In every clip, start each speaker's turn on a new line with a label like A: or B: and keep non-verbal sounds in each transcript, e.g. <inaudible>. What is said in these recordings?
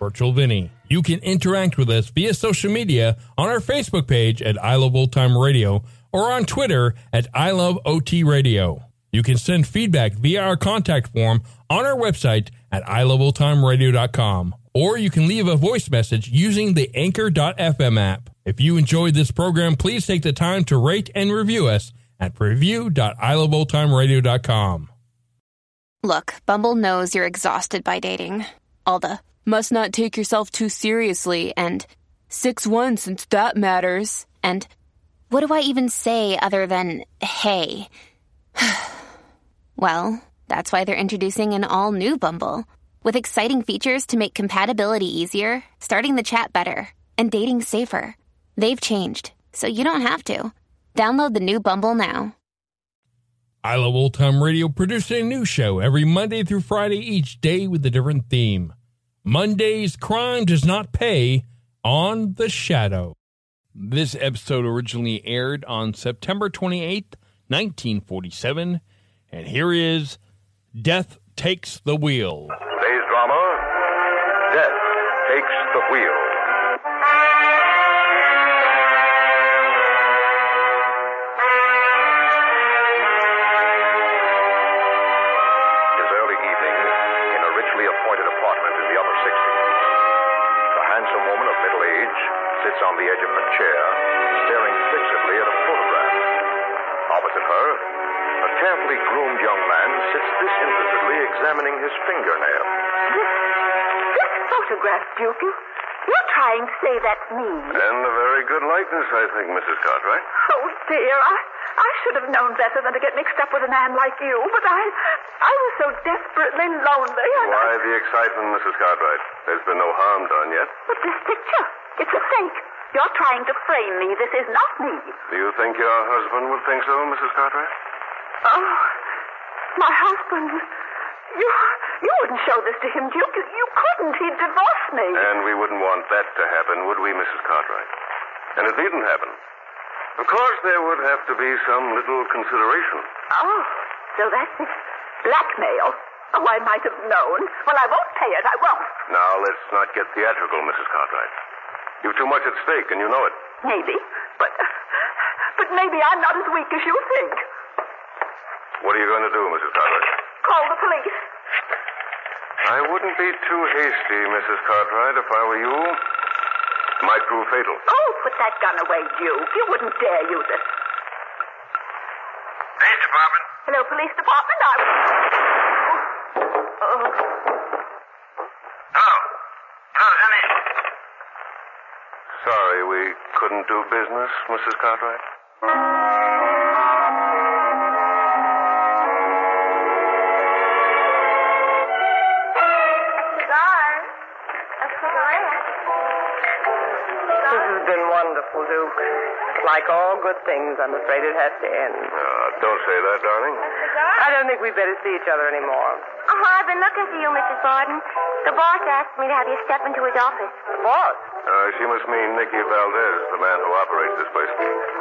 A: Virtual Vinny. You can interact with us via social media on our Facebook page at I Love Old Time Radio or on Twitter at I Love OT Radio. You can send feedback via our contact form on our website at iloveoldtimeradio.com or you can leave a voice message using the anchor.fm app. If you enjoyed this program, please take the time to rate and review us at review.iloveoldtimeradio.com.
B: Look, Bumble knows you're exhausted by dating. All the must not take yourself too seriously and 6 1 since that matters. And what do I even say other than hey? <sighs> well, that's why they're introducing an all new Bumble with exciting features to make compatibility easier, starting the chat better, and dating safer. They've changed, so you don't have to. Download the new Bumble now.
A: I Love Old Time Radio produces a new show every Monday through Friday, each day with a different theme. Monday's Crime Does Not Pay on the Shadow. This episode originally aired on September 28th, 1947, and here is Death Takes the Wheel.
C: Today's drama, Death Takes the Wheel. It is early evening in a richly appointed apartment in the upper 60s. A handsome woman of middle age sits on the edge of a chair, staring fixedly at a photograph. Opposite her, a carefully groomed young man sits disinterestedly examining his fingernail.
D: This, this photograph, Dukey. You're trying to say that's me.
C: And a very good likeness, I think, Mrs. Cartwright.
D: Oh, dear. I, I should have known better than to get mixed up with a man like you, but I I was so desperately lonely. And
C: Why
D: I,
C: the excitement, Mrs. Cartwright? There's been no harm done yet.
D: but this picture, it's a fake. You're trying to frame me. This is not me.
C: Do you think your husband would think so, Mrs. Cartwright?
D: Oh, my husband. You you wouldn't show this to him, Duke. You, you couldn't. He'd divorce me.
C: And we wouldn't want that to happen, would we, Mrs. Cartwright? And it needn't happen. Of course, there would have to be some little consideration.
D: Oh, so that's it. Blackmail. Oh, I might have known. Well, I won't pay it. I won't.
C: Now, let's not get theatrical, Mrs. Cartwright. You've too much at stake, and you know it.
D: Maybe, but but maybe I'm not as weak as you think.
C: What are you going to do, Mrs. Cartwright?
D: Call the police.
C: I wouldn't be too hasty, Mrs. Cartwright, if I were you. Might prove fatal.
D: Oh, put that gun away, Duke. You wouldn't dare use it.
C: Police Department.
D: Hello, police department. I. Oh,
C: Hello. Hello, Jenny. Sorry we couldn't do business, Mrs. Cartwright.
E: This has been wonderful, Duke. Like all good things, I'm afraid it has to end.
C: Uh, don't say that, darling.
E: I don't think we'd better see each other anymore.
F: Oh, I've been looking for you, Mrs. Borden. The boss asked me to have you step into his office.
E: What?
C: Uh, she must mean Nicky Valdez, the man who operates this place.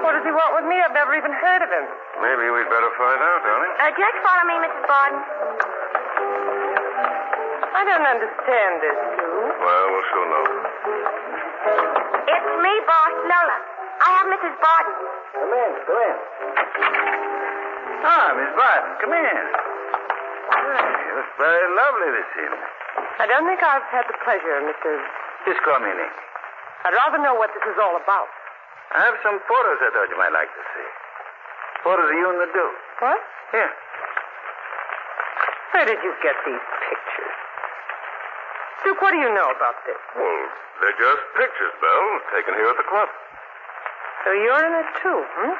E: What does he want with me? I've never even heard of him.
C: Maybe we'd better find out, darling.
F: Uh, just follow me, Mrs. Borden.
E: I don't understand this, Duke.
C: Well, we'll soon know.
F: It's me, boss, Lola. I have Mrs. Borden.
E: Come in, come in.
G: Ah, Miss Barton, come in. Hey, you look very lovely this evening.
E: I don't think I've had the pleasure, Mr.
G: Just call me Nick.
E: I'd rather know what this is all about.
G: I have some photos I thought you might like to see. Photos of you and the Duke.
E: What?
G: Here.
E: Where did you get these pictures? Duke, what do you know about this?
C: Well, they're just pictures, Belle, taken here at the club.
E: So you're in it too, hmm?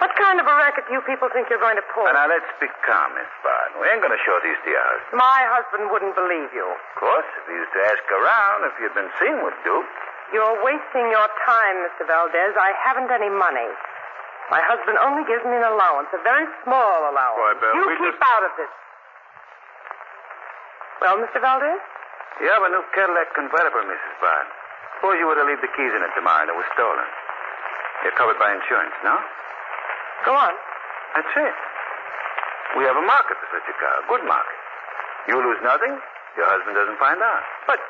E: What kind of a racket do you people think you're going to poor.
C: Now, now, let's be calm, Miss Barton. We ain't going to show these to your husband.
E: My husband wouldn't believe you.
C: Of course, if you used to ask around, if you'd been seen with Duke.
E: You're wasting your time, Mr. Valdez. I haven't any money. My husband only gives me an allowance, a very small allowance.
C: Why, Belle,
E: you
C: we
E: keep
C: just-
E: out of this. Well, Mr. Valdez?
C: You have a new Cadillac convertible, Mrs. Barton. Suppose you were to leave the keys in it tomorrow and it was stolen. You're covered by insurance, no?
E: Go on.
C: That's it. We have a market for such a car, a good market. You lose nothing, your husband doesn't find out.
E: But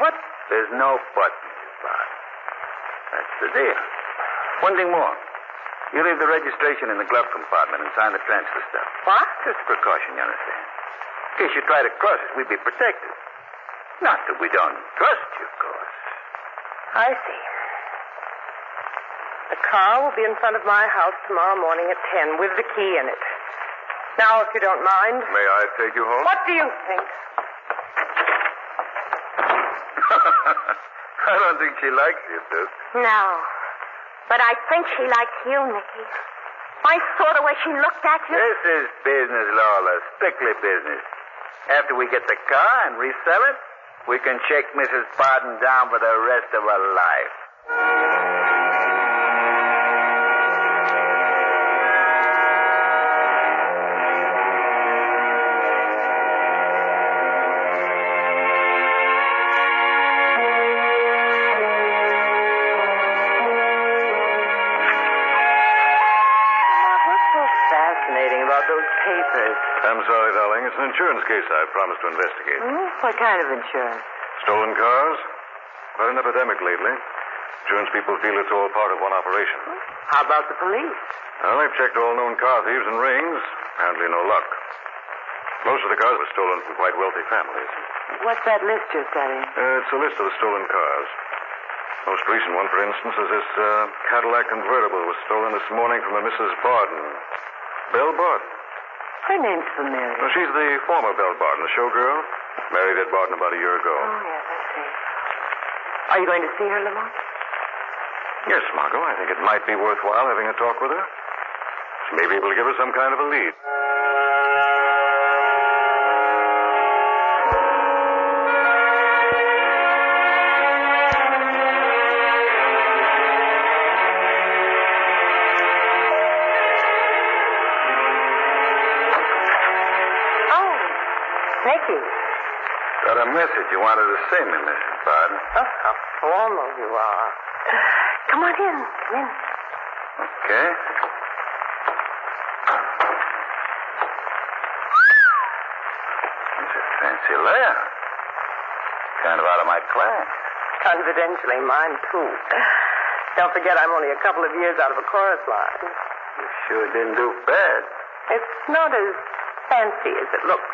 E: what?
C: There's no but, Mrs. Barton. That's the deal. One thing more. You leave the registration in the glove compartment and sign the transfer stuff.
E: What?
C: Just a precaution, you understand. In case you try to cross us, we'd be protected. Not that we don't trust you, of course.
E: I see. The car will be in front of my house tomorrow morning at 10 with the key in it. Now, if you don't mind.
C: May I take you home?
E: What do you think?
C: <laughs> I don't think she likes you, Duke.
H: No. But I think she likes you, Nicky. I saw the way she looked at you.
C: This is business, Lola. Strictly business. After we get the car and resell it, we can shake Mrs. Barton down for the rest of her life.
E: What's so fascinating about those papers?
F: I'm sorry, darling. It's an insurance case I promised to investigate.
H: Hmm?
E: What kind of insurance?
F: Stolen cars? Quite an epidemic lately. Insurance people feel it's all part of one operation.
E: How about the police?
F: Well, they've checked all known car thieves and rings. Apparently, no luck. Most of the cars were stolen from quite wealthy families.
E: What's that list you're studying?
F: Uh, it's a list of the stolen cars. Most recent one, for instance, is this uh, Cadillac convertible was stolen this morning from a Mrs. Barden. Belle Barden.
E: Her name's familiar.
F: Well, she's the former Belle Barden, the showgirl. Married Ed Barden about a year ago.
E: Oh, yes, I see. Are you going to see her, Lamont?
F: Yes, Margot, I think it might be worthwhile having a talk with her. She may be able to give us some kind of a lead.
E: Oh, Nicky.
C: Got a message you wanted to see me, Mrs. Barton.
E: Oh, how formal you
H: <sighs>
E: are. Come on in. Come in.
C: Okay. It's a fancy layout. Kind of out of my class.
E: Confidentially, mine too. Don't forget, I'm only a couple of years out of a chorus line.
C: You sure didn't do bad.
E: It's not as fancy as it looks.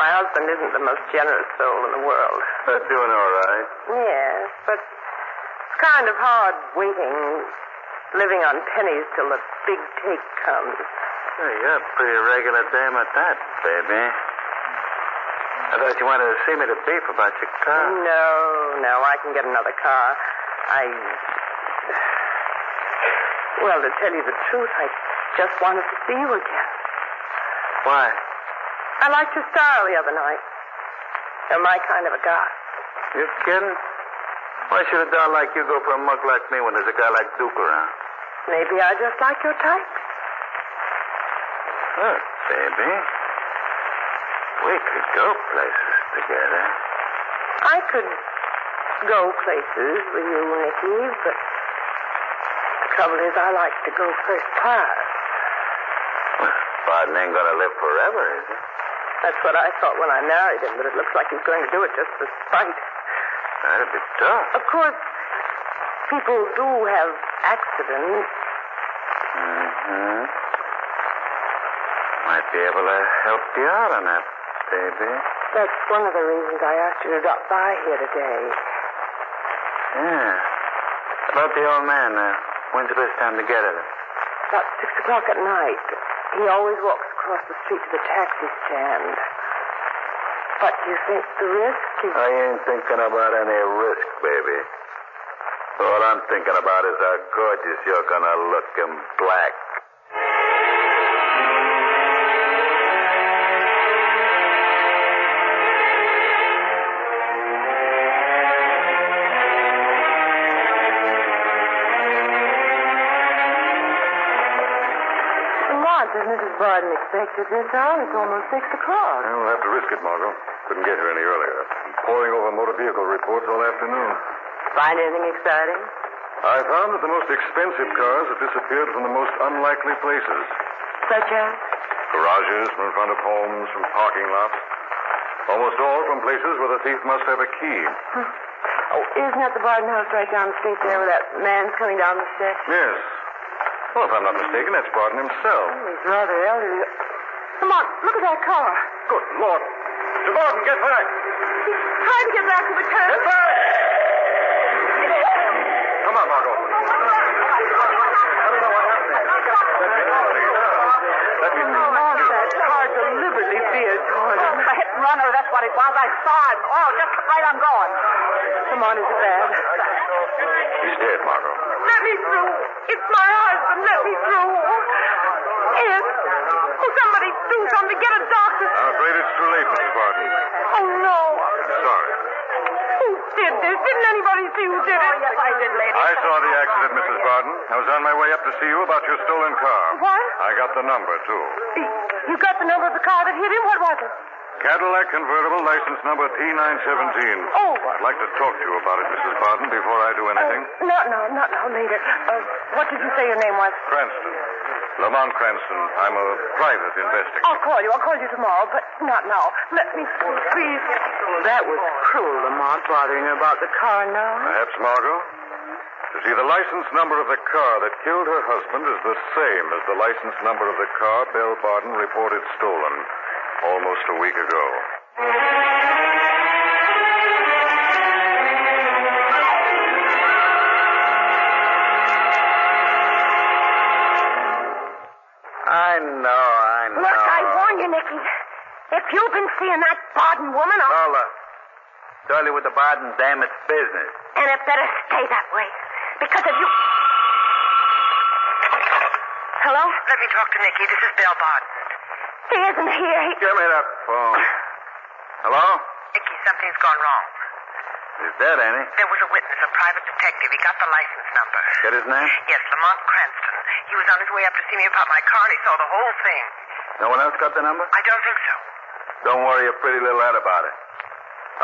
E: My husband isn't the most generous soul in the world.
C: But doing all right.
E: Yes, but it's kind of hard waiting, living on pennies till the big take comes.
C: Hey, you're a pretty regular dame at that, baby. I thought you wanted to see me to beef about your car.
E: No, no, I can get another car. I. <sighs> Well, to tell you the truth, I just wanted to see you again.
C: Why?
E: I liked your style the other night. You're my kind of a guy.
C: You kidding? Why should a doll like you go for a mug like me when there's a guy like Duke around?
E: Maybe I just like your type.
C: Look, baby. We could go places together.
E: I could go places with you, Nicky, but the trouble is I like to go first class.
C: Well, Barton ain't gonna live forever, is he?
E: That's what I thought when I married him, but it looks like he's going to do it just for spite.
C: That'd be tough.
E: Of course, people do have accidents.
C: Mm-hmm. Might be able to help you out on that, baby.
E: That's one of the reasons I asked you to drop by here today.
C: Yeah. About the old man, uh, when's the best time to get at him?
E: About six o'clock at night, he always walks across the street to the taxi stand. But do you think the risk is...
C: I ain't thinking about any risk, baby. All I'm thinking about is how gorgeous you're gonna look in black.
E: Uh, unexpected, Miss Dow. It's almost six o'clock.
C: Well, we'll have to risk it, Margot. Couldn't get here any earlier. Been poring over motor vehicle reports all afternoon.
E: Find anything exciting?
C: I found that the most expensive cars have disappeared from the most unlikely places.
E: Such as?
C: Garages, from in front of homes, from parking lots. Almost all from places where the thief must have a key.
E: Oh, isn't that the Barton house right down the street there where that man's coming down the steps?
C: Yes. Well, if I'm not mistaken, that's Barton himself.
E: Oh, he's rather elderly. Come on, look at that car.
C: Good Lord. Mr. Barton, get back.
E: He's trying to get back to the turn.
C: Get back! Come on, Margot. I don't know what happened there. Let me know. Let me know.
E: that car deliberately veered toward him.
F: A hit and runner, that's what it was. I saw him. Oh, just right on going.
E: Come on, is it bad?
C: He's dead, Margot.
D: Let me through. It's my husband. Let me through. Ed. Oh, somebody do something. Get a doctor.
C: I'm afraid it's too late, Mrs. Barton.
D: Oh, no.
C: I'm sorry.
D: Who did this? Didn't anybody see who did it? yes, I did, lady.
C: I saw the accident, Mrs. Barton. I was on my way up to see you about your stolen car.
D: What?
C: I got the number, too.
D: You got the number of the car that hit him? What was it?
C: Cadillac convertible, license number T917.
D: Oh.
C: I'd like to talk to you about it, Mrs. Barton, before I do anything.
E: Uh, No, no, not now, later. Uh, what did you say your name was?
C: Cranston. Lamont Cranston. I'm a private investigator.
E: I'll call you. I'll call you tomorrow, but not now. Let me through, please. that was cruel, Lamont, bothering her about the car now.
C: Perhaps, Margot? You see, the license number of the car that killed her husband is the same as the license number of the car Belle Barton reported stolen almost a week ago.
G: I know, I know.
F: Look, I warn you, Nicky. If you've been seeing that Barden woman, I'll...
G: Lola, Dolly with the Barden, damn it's business.
F: and it better stay that way. Because if you. Hello?
E: Let me talk to Nicky. This is Belle Barton.
F: He isn't here. He...
G: Give me that phone. <sighs> Hello?
E: Nicky, something's gone wrong.
G: He's dead, ain't he?
E: There was a witness, a private detective. He got the license number.
G: Get his name?
E: Yes, Lamont Cranston. He was on his way up to see me about my car, and he saw the whole thing.
G: No one else got the number?
E: I don't think so.
G: Don't worry your pretty little head about it.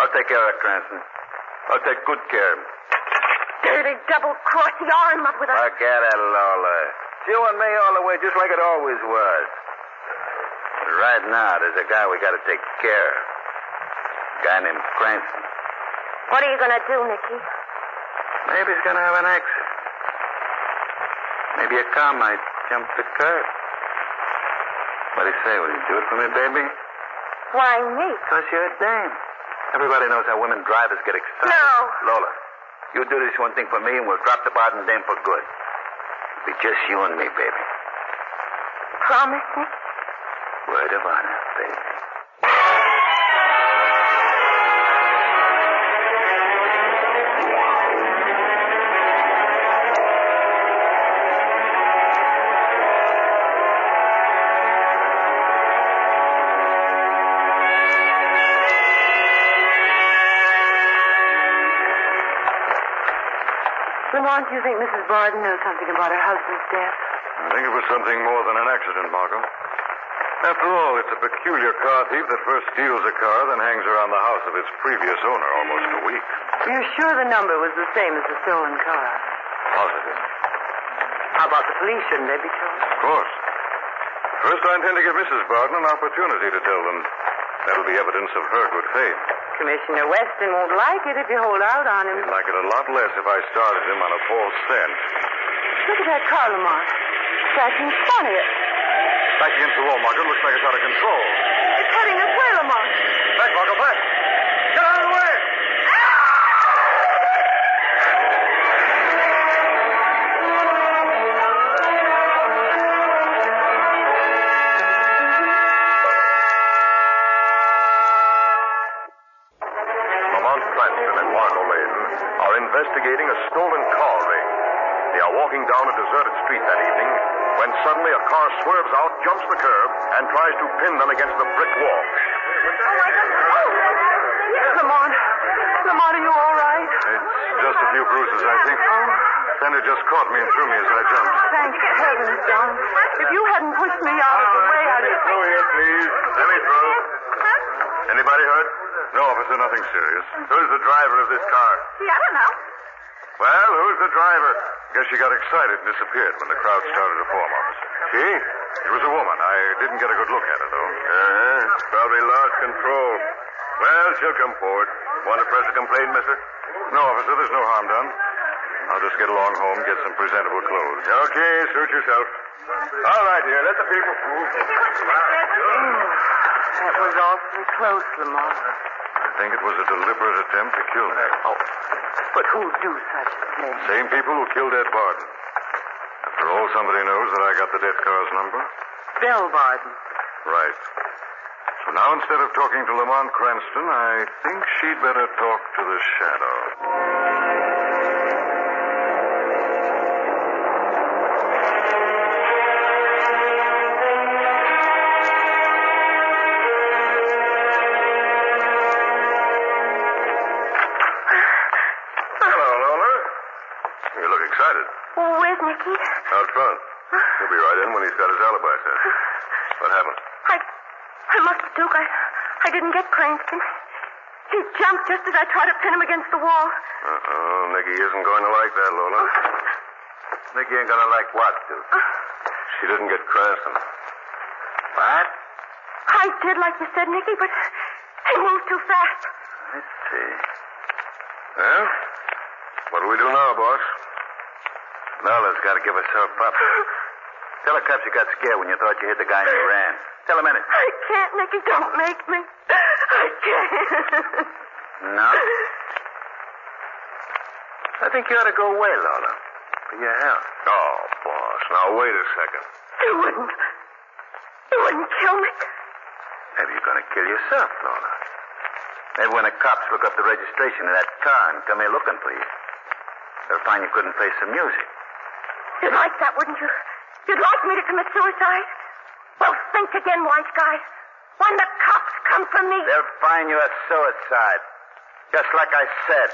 G: I'll take care of it, Cranston. I'll take good care of him.
F: Dirty double cross. You are in love with us.
G: Forget it, Lola. It's you and me all the way, just like it always was. But right now, there's a guy we gotta take care of. A guy named Cranston.
F: What are you going to do, Nicky?
G: Maybe he's gonna have an accident. Maybe a car might jump the curb. What do you say? Will you do it for me, baby?
F: Why me?
G: Because you're a dame. Everybody knows how women drivers get excited.
F: No.
G: Lola, you do this one thing for me, and we'll drop the Barton dame for good. It'll be just you and me, baby.
F: Promise me?
G: Word of honor, baby.
E: Lamont, do you think Mrs. Barden knows something about her husband's death?
C: I think it was something more than an accident, Margot. After all, it's a peculiar car thief that first steals a car, then hangs around the house of its previous owner almost a week.
E: You're sure the number was the same as the stolen car?
C: Positive.
E: How about the police? Shouldn't they be told?
C: Of course. First, I intend to give Mrs. Barton an opportunity to tell them. That'll be evidence of her good faith.
E: Commissioner Weston won't like it if you hold out on him.
C: He'd like it a lot less if I started him on a false scent.
E: Look at that car, Lamont. It's acting funny.
C: Back against the wall, Margot. Looks like it's out of control.
E: It's heading this way, Lamont.
C: Back, Margot, back. Get out of the way. Lamont Cranston and Margot Lane are investigating a stolen car ring. They are walking down a deserted street that evening when suddenly a car swerves out, jumps the curb, and tries to pin them against the brick wall.
D: Oh,
E: Lamont. Lamont, are you all right?
C: It's just a few bruises, I think.
E: Oh,
C: Fender just caught me and threw me as I jumped.
D: Thank heavens, John. If you hadn't pushed me out of the way,
C: Let
D: I'd
C: me through here, please. Let me through. Anybody hurt? No, officer, nothing serious. Who's the driver of this car?
D: I don't know.
C: Well, who's the driver? Guess she got excited and disappeared when the crowd started to form, officer. She? It was a woman. I didn't get a good look at her, though. Uh-huh. Probably lost control. Well, she'll come forward. Want to press a complaint, mister? No, officer, there's no harm done. I'll just get along home, get some presentable clothes. Okay, suit yourself. All right, dear, let the people move.
E: That was awfully close, Lamont.
C: I think it was a deliberate attempt to kill me.
E: Oh, but who'd do such a thing?
C: Same people who killed Ed Barton. After all, somebody knows that I got the death car's number.
E: Bell Barton.
C: Right. So now instead of talking to Lamont Cranston, I think she'd better talk to the shadow. Hello, Lola. You look excited.
F: Oh, where's Nicky?
C: Out front. He'll be right in when he's got his alibi set. What happened?
F: I, I must have, Duke. I, I didn't get Cranston. He jumped just as I tried to pin him against the wall.
C: Uh-oh, Nicky isn't going to like that, Lola. Nicky ain't gonna like what, Duke? She didn't get Cranston. What?
F: I did, like you said, Nicky, but he moved too fast.
C: Let's see. Well, what do we do now, boss?
G: Lola's got to give herself up. Tell the cops you got scared when you thought you hit the guy and you ran. Tell him anything.
F: I can't, Nicky. Don't make me. I can't. <laughs>
G: No? I think you ought to go away, Lola. For your health.
C: Oh, boss, now wait a second.
F: You wouldn't. You wouldn't kill me.
G: Maybe you're going to kill yourself, Lola. Maybe when the cops look up the registration of that car and come here looking for you, they'll find you couldn't play some music.
F: You'd like that, wouldn't you? You'd like me to commit suicide? Well, think again, white guy. When the cops come for me.
G: They'll find you a suicide. Just like I said.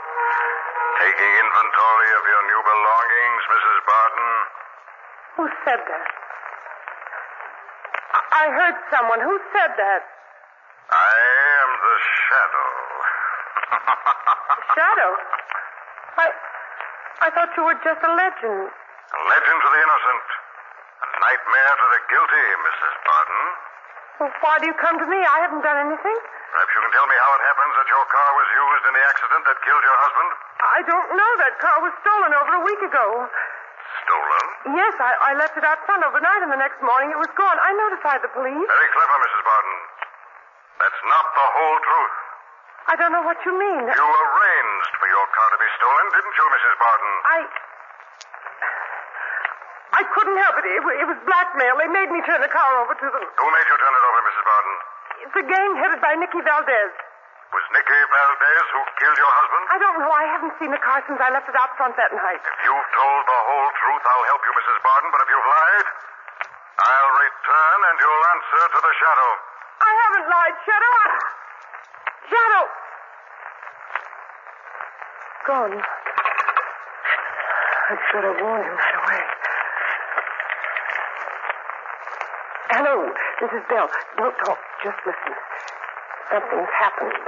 C: Taking inventory of your new belongings, Mrs. Barton.
E: Who said that? I, I heard someone. Who said that?
C: I am the shadow. <laughs>
E: Shadow. I I thought you were just a legend.
C: A legend to the innocent. A nightmare to the guilty, Mrs. Barton.
E: Well, why do you come to me? I haven't done anything.
C: Perhaps you can tell me how it happens that your car was used in the accident that killed your husband?
E: I don't know. That car was stolen over a week ago.
C: Stolen?
E: Yes, I, I left it out front overnight, and the next morning it was gone. I notified the police.
C: Very clever, Mrs. Barton. That's not the whole truth.
E: I don't know what you mean.
C: You arranged for your car to be stolen, didn't you, Mrs. Barton?
E: I. I couldn't help it. It, wa- it was blackmail. They made me turn the car over to them.
C: Who made you turn it over, Mrs. Barton?
E: It's a gang headed by Nicky Valdez.
C: Was Nicky Valdez who killed your husband?
E: I don't know. I haven't seen the car since I left it out front that night.
C: If you've told the whole truth, I'll help you, Mrs. Barton, but if you've lied, I'll return and you'll answer to the shadow.
E: I haven't lied, Shadow. I... Shadow. Gone. I should have warned him right away. Hello, this is Bell. Don't talk, just listen. Something's happened.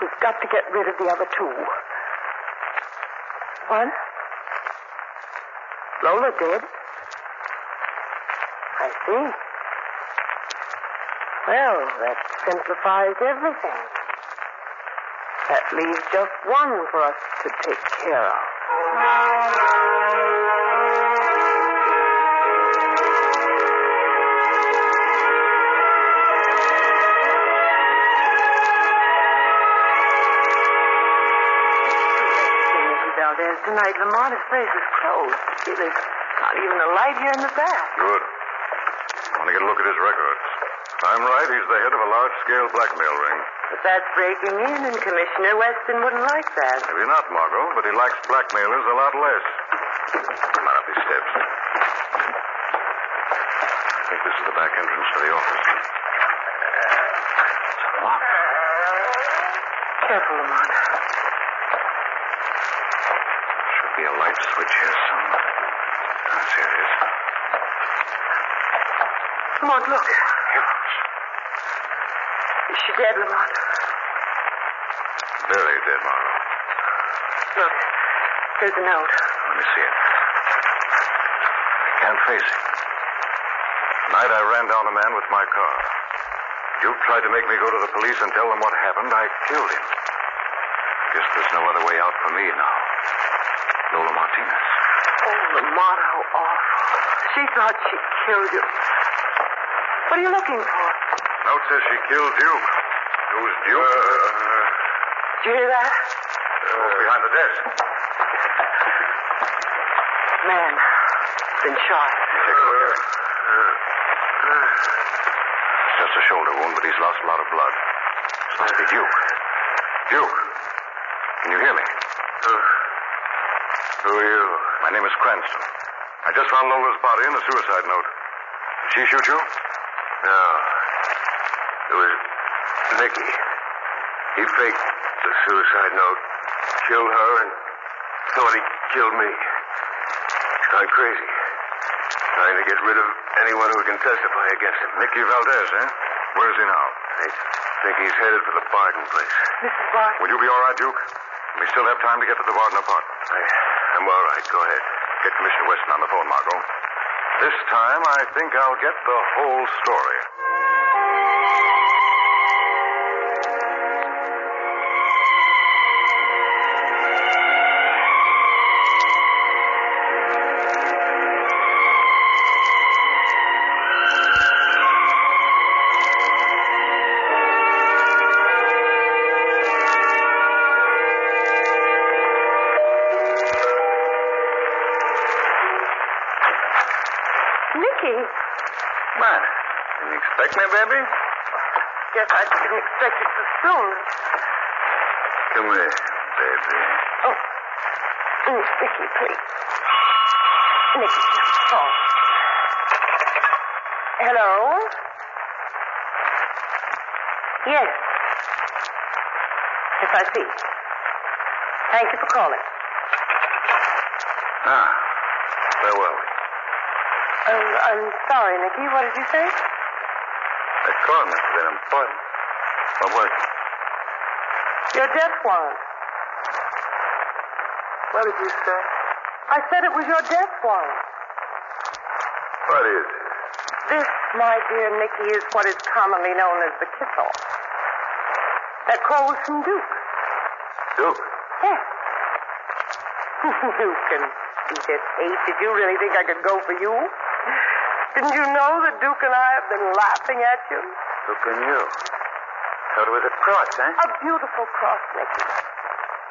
E: We've got to get rid of the other two. One? Lola did. I see. Well, that simplifies everything. That leaves just one for us to take care of. Valdez, Tonight, Lamont's place is closed. See, There's not even a light here in the back.
C: Good. I want to get a look at his records. I'm right. He's the head of a large scale blackmail ring.
E: But that's breaking in, and Commissioner Weston wouldn't like that.
C: Maybe not, Margot, but he likes blackmailers a lot less. Come on up these steps. I think this is the back entrance to the office. It's locked.
E: Careful, Lamont.
C: Should be a light switch here somewhere. Yes, here it is.
E: Lamont, look.
C: Here it is.
E: Is she dead, Lamont?
C: Very dead, Margot.
E: Look, there's a note.
C: Let me see it. I can't face it. Tonight I ran down a man with my car. Duke tried to make me go to the police and tell them what happened. I killed him. Guess there's no other way out for me now. Lola Martinez.
E: Oh, Lamont, how awful. She thought she killed you. What are you looking for?
C: Note says she killed Duke. Who's Duke?
E: Did you hear
C: Goes
E: that?
C: behind the desk.
E: Man, been shot.
C: Take a look at him. It's just a shoulder wound, but he's lost a lot of blood. This must be Duke. Duke, can you hear me? Who are you? My name is Cranston. I just found Lola's body in the suicide note. Did she shoot you? No. It was Nicky. He faked the suicide note, killed her, and thought he killed me. He's gone crazy. Trying to get rid of anyone who can testify against him. Nicky Valdez, eh? Where is he now? I think he's headed for the Barton place.
E: Mrs. Barton.
C: Will you be all right, Duke? We still have time to get to the Barton apartment. I, I'm all right. Go ahead. Get Commissioner Weston on the phone, Margot. This time, I think I'll get the whole story.
E: Nicky,
G: What? Didn't expect me, baby?
E: guess I didn't expect it so soon.
G: Come here, baby.
E: Oh, Mm, Nicky, please. Nicky, oh. Hello? Yes. Yes, I see. Thank you for calling.
G: Ah, where were we?
E: Um, I'm sorry, Nicky. What did you say?
G: That call must have been important. What was it?
E: Your death warrant.
G: What did you say?
E: I said it was your death warrant.
G: What is it?
E: This, my dear Nicky, is what is commonly known as the kiss-off. That call was from Duke.
G: Duke.
E: Yes. <laughs> you can beat it, Ace. Did you really think I could go for you? Didn't you know that Duke and I have been laughing at you?
G: Duke and you. So it was a cross, eh?
E: A beautiful cross, Nicky.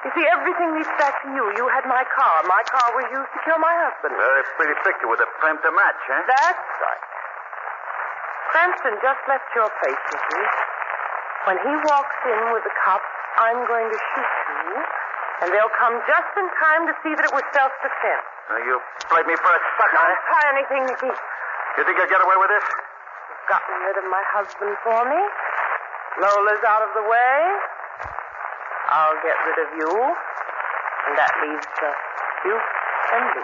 E: You see, everything leads back to you. You had my car. My car was used to kill my husband.
G: Very pretty picture with a frame to match, eh?
E: That's right. Cranston just left your place, Nicky. When he walks in with the cops, I'm going to shoot you, and they'll come just in time to see that it was self-defense.
G: Now, Uh, you played me for a sucker,
E: Don't
G: eh?
E: try anything, Nicky.
G: You think you'll get away with this?
E: You've gotten rid of my husband for me. Lola's out of the way. I'll get rid of you. And that leaves just you and me.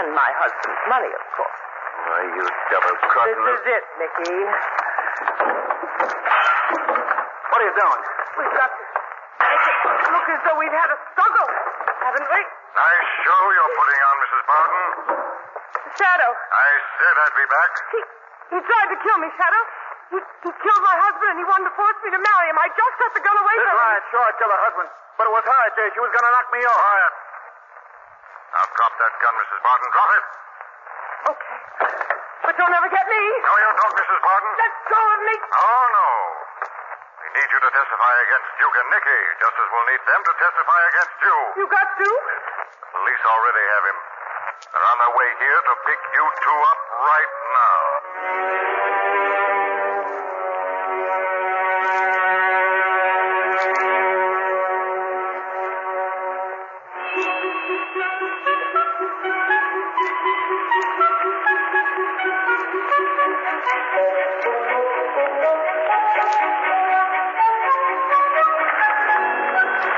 E: And my husband's money, of course.
C: Uh,
G: Why, you double-crossing
E: This is it, Nicky.
G: What are you doing?
E: We've got to make it look as though we've had a struggle, haven't we?
C: Nice show you're putting on, Mrs. Barton.
E: Shadow.
C: I said I'd be back.
E: He, he tried to kill me, Shadow. He, he killed my husband and he wanted to force me to marry him. I just got the gun away
G: That's
E: from him.
G: right, sure, I killed her husband. But it was her, I did. She was going to knock me off.
C: Quiet. Now drop that gun, Mrs. Barton. Drop it.
E: Okay. But you'll never get me.
C: No, you don't, Mrs. Barton.
E: Let go of me.
C: Oh, no. We need you to testify against Duke and Nicky, just as we'll need them to testify against you.
E: You got to?
C: The police already have him. They're on their way here to pick you two up right now.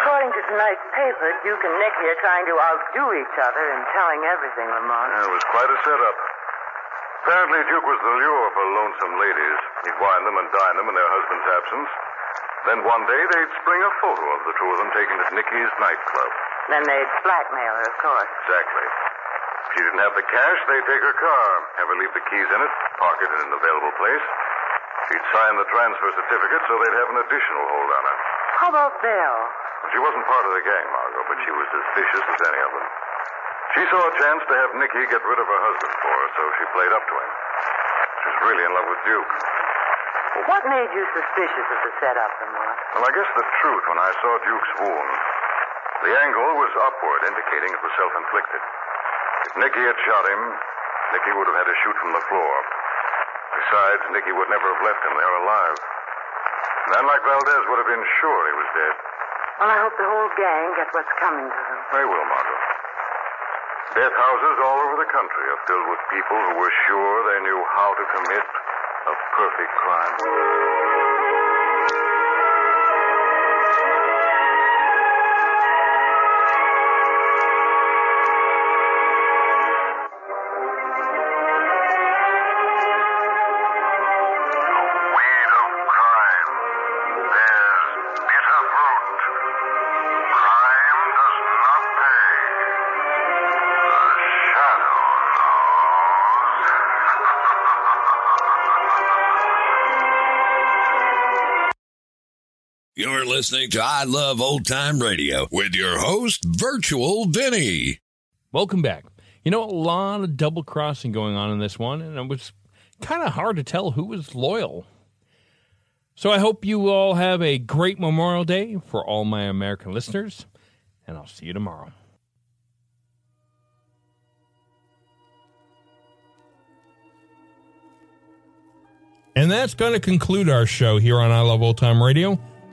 E: Alfred, Duke and Nicky are trying to outdo each other in telling everything, Lamont.
C: It was quite a setup. Apparently, Duke was the lure for lonesome ladies. He'd wine them and dine them in their husband's absence. Then one day, they'd spring a photo of the two of them taken at Nicky's nightclub.
E: Then they'd blackmail her, of course.
C: Exactly. If she didn't have the cash, they'd take her car, have her leave the keys in it, park it in an available place. She'd sign the transfer certificate so they'd have an additional hold on her.
E: How about Bill?
C: She wasn't part of the gang, Margot, but she was as vicious as any of them. She saw a chance to have Nicky get rid of her husband for her, so she played up to him. She was really in love with Duke.
E: What made you suspicious of the setup, Lamont?
C: Well, I guess the truth when I saw Duke's wound. The angle was upward, indicating it was self inflicted. If Nicky had shot him, Nicky would have had to shoot from the floor. Besides, Nicky would never have left him there alive. A man like Valdez would have been sure he was dead.
E: Well, I hope the whole gang get what's coming to them.
C: They will, Margot. Death houses all over the country are filled with people who were sure they knew how to commit a perfect crime.
I: Weed of crime bears bitter fruit. Crime does not pay. The shadow
C: <laughs>
J: You're listening to I Love Old Time Radio with your host, Virtual Vinny.
A: Welcome back. You know, a lot of double crossing going on in this one, and it was kind of hard to tell who was loyal. So I hope you all have a great Memorial Day for all my American listeners, and I'll see you tomorrow. And that's going to conclude our show here on I Love Old Time Radio.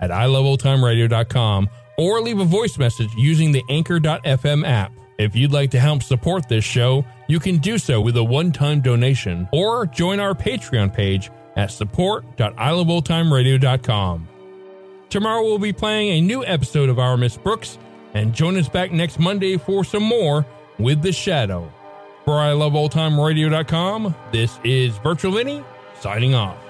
A: at iloveoldtimeradio.com or leave a voice message using the Anchor.fm app. If you'd like to help support this show, you can do so with a one-time donation or join our Patreon page at support.iloveoldtimeradio.com. Tomorrow we'll be playing a new episode of Our Miss Brooks, and join us back next Monday for some more with The Shadow. For iloveoldtimeradio.com, this is Virtual Vinny signing off.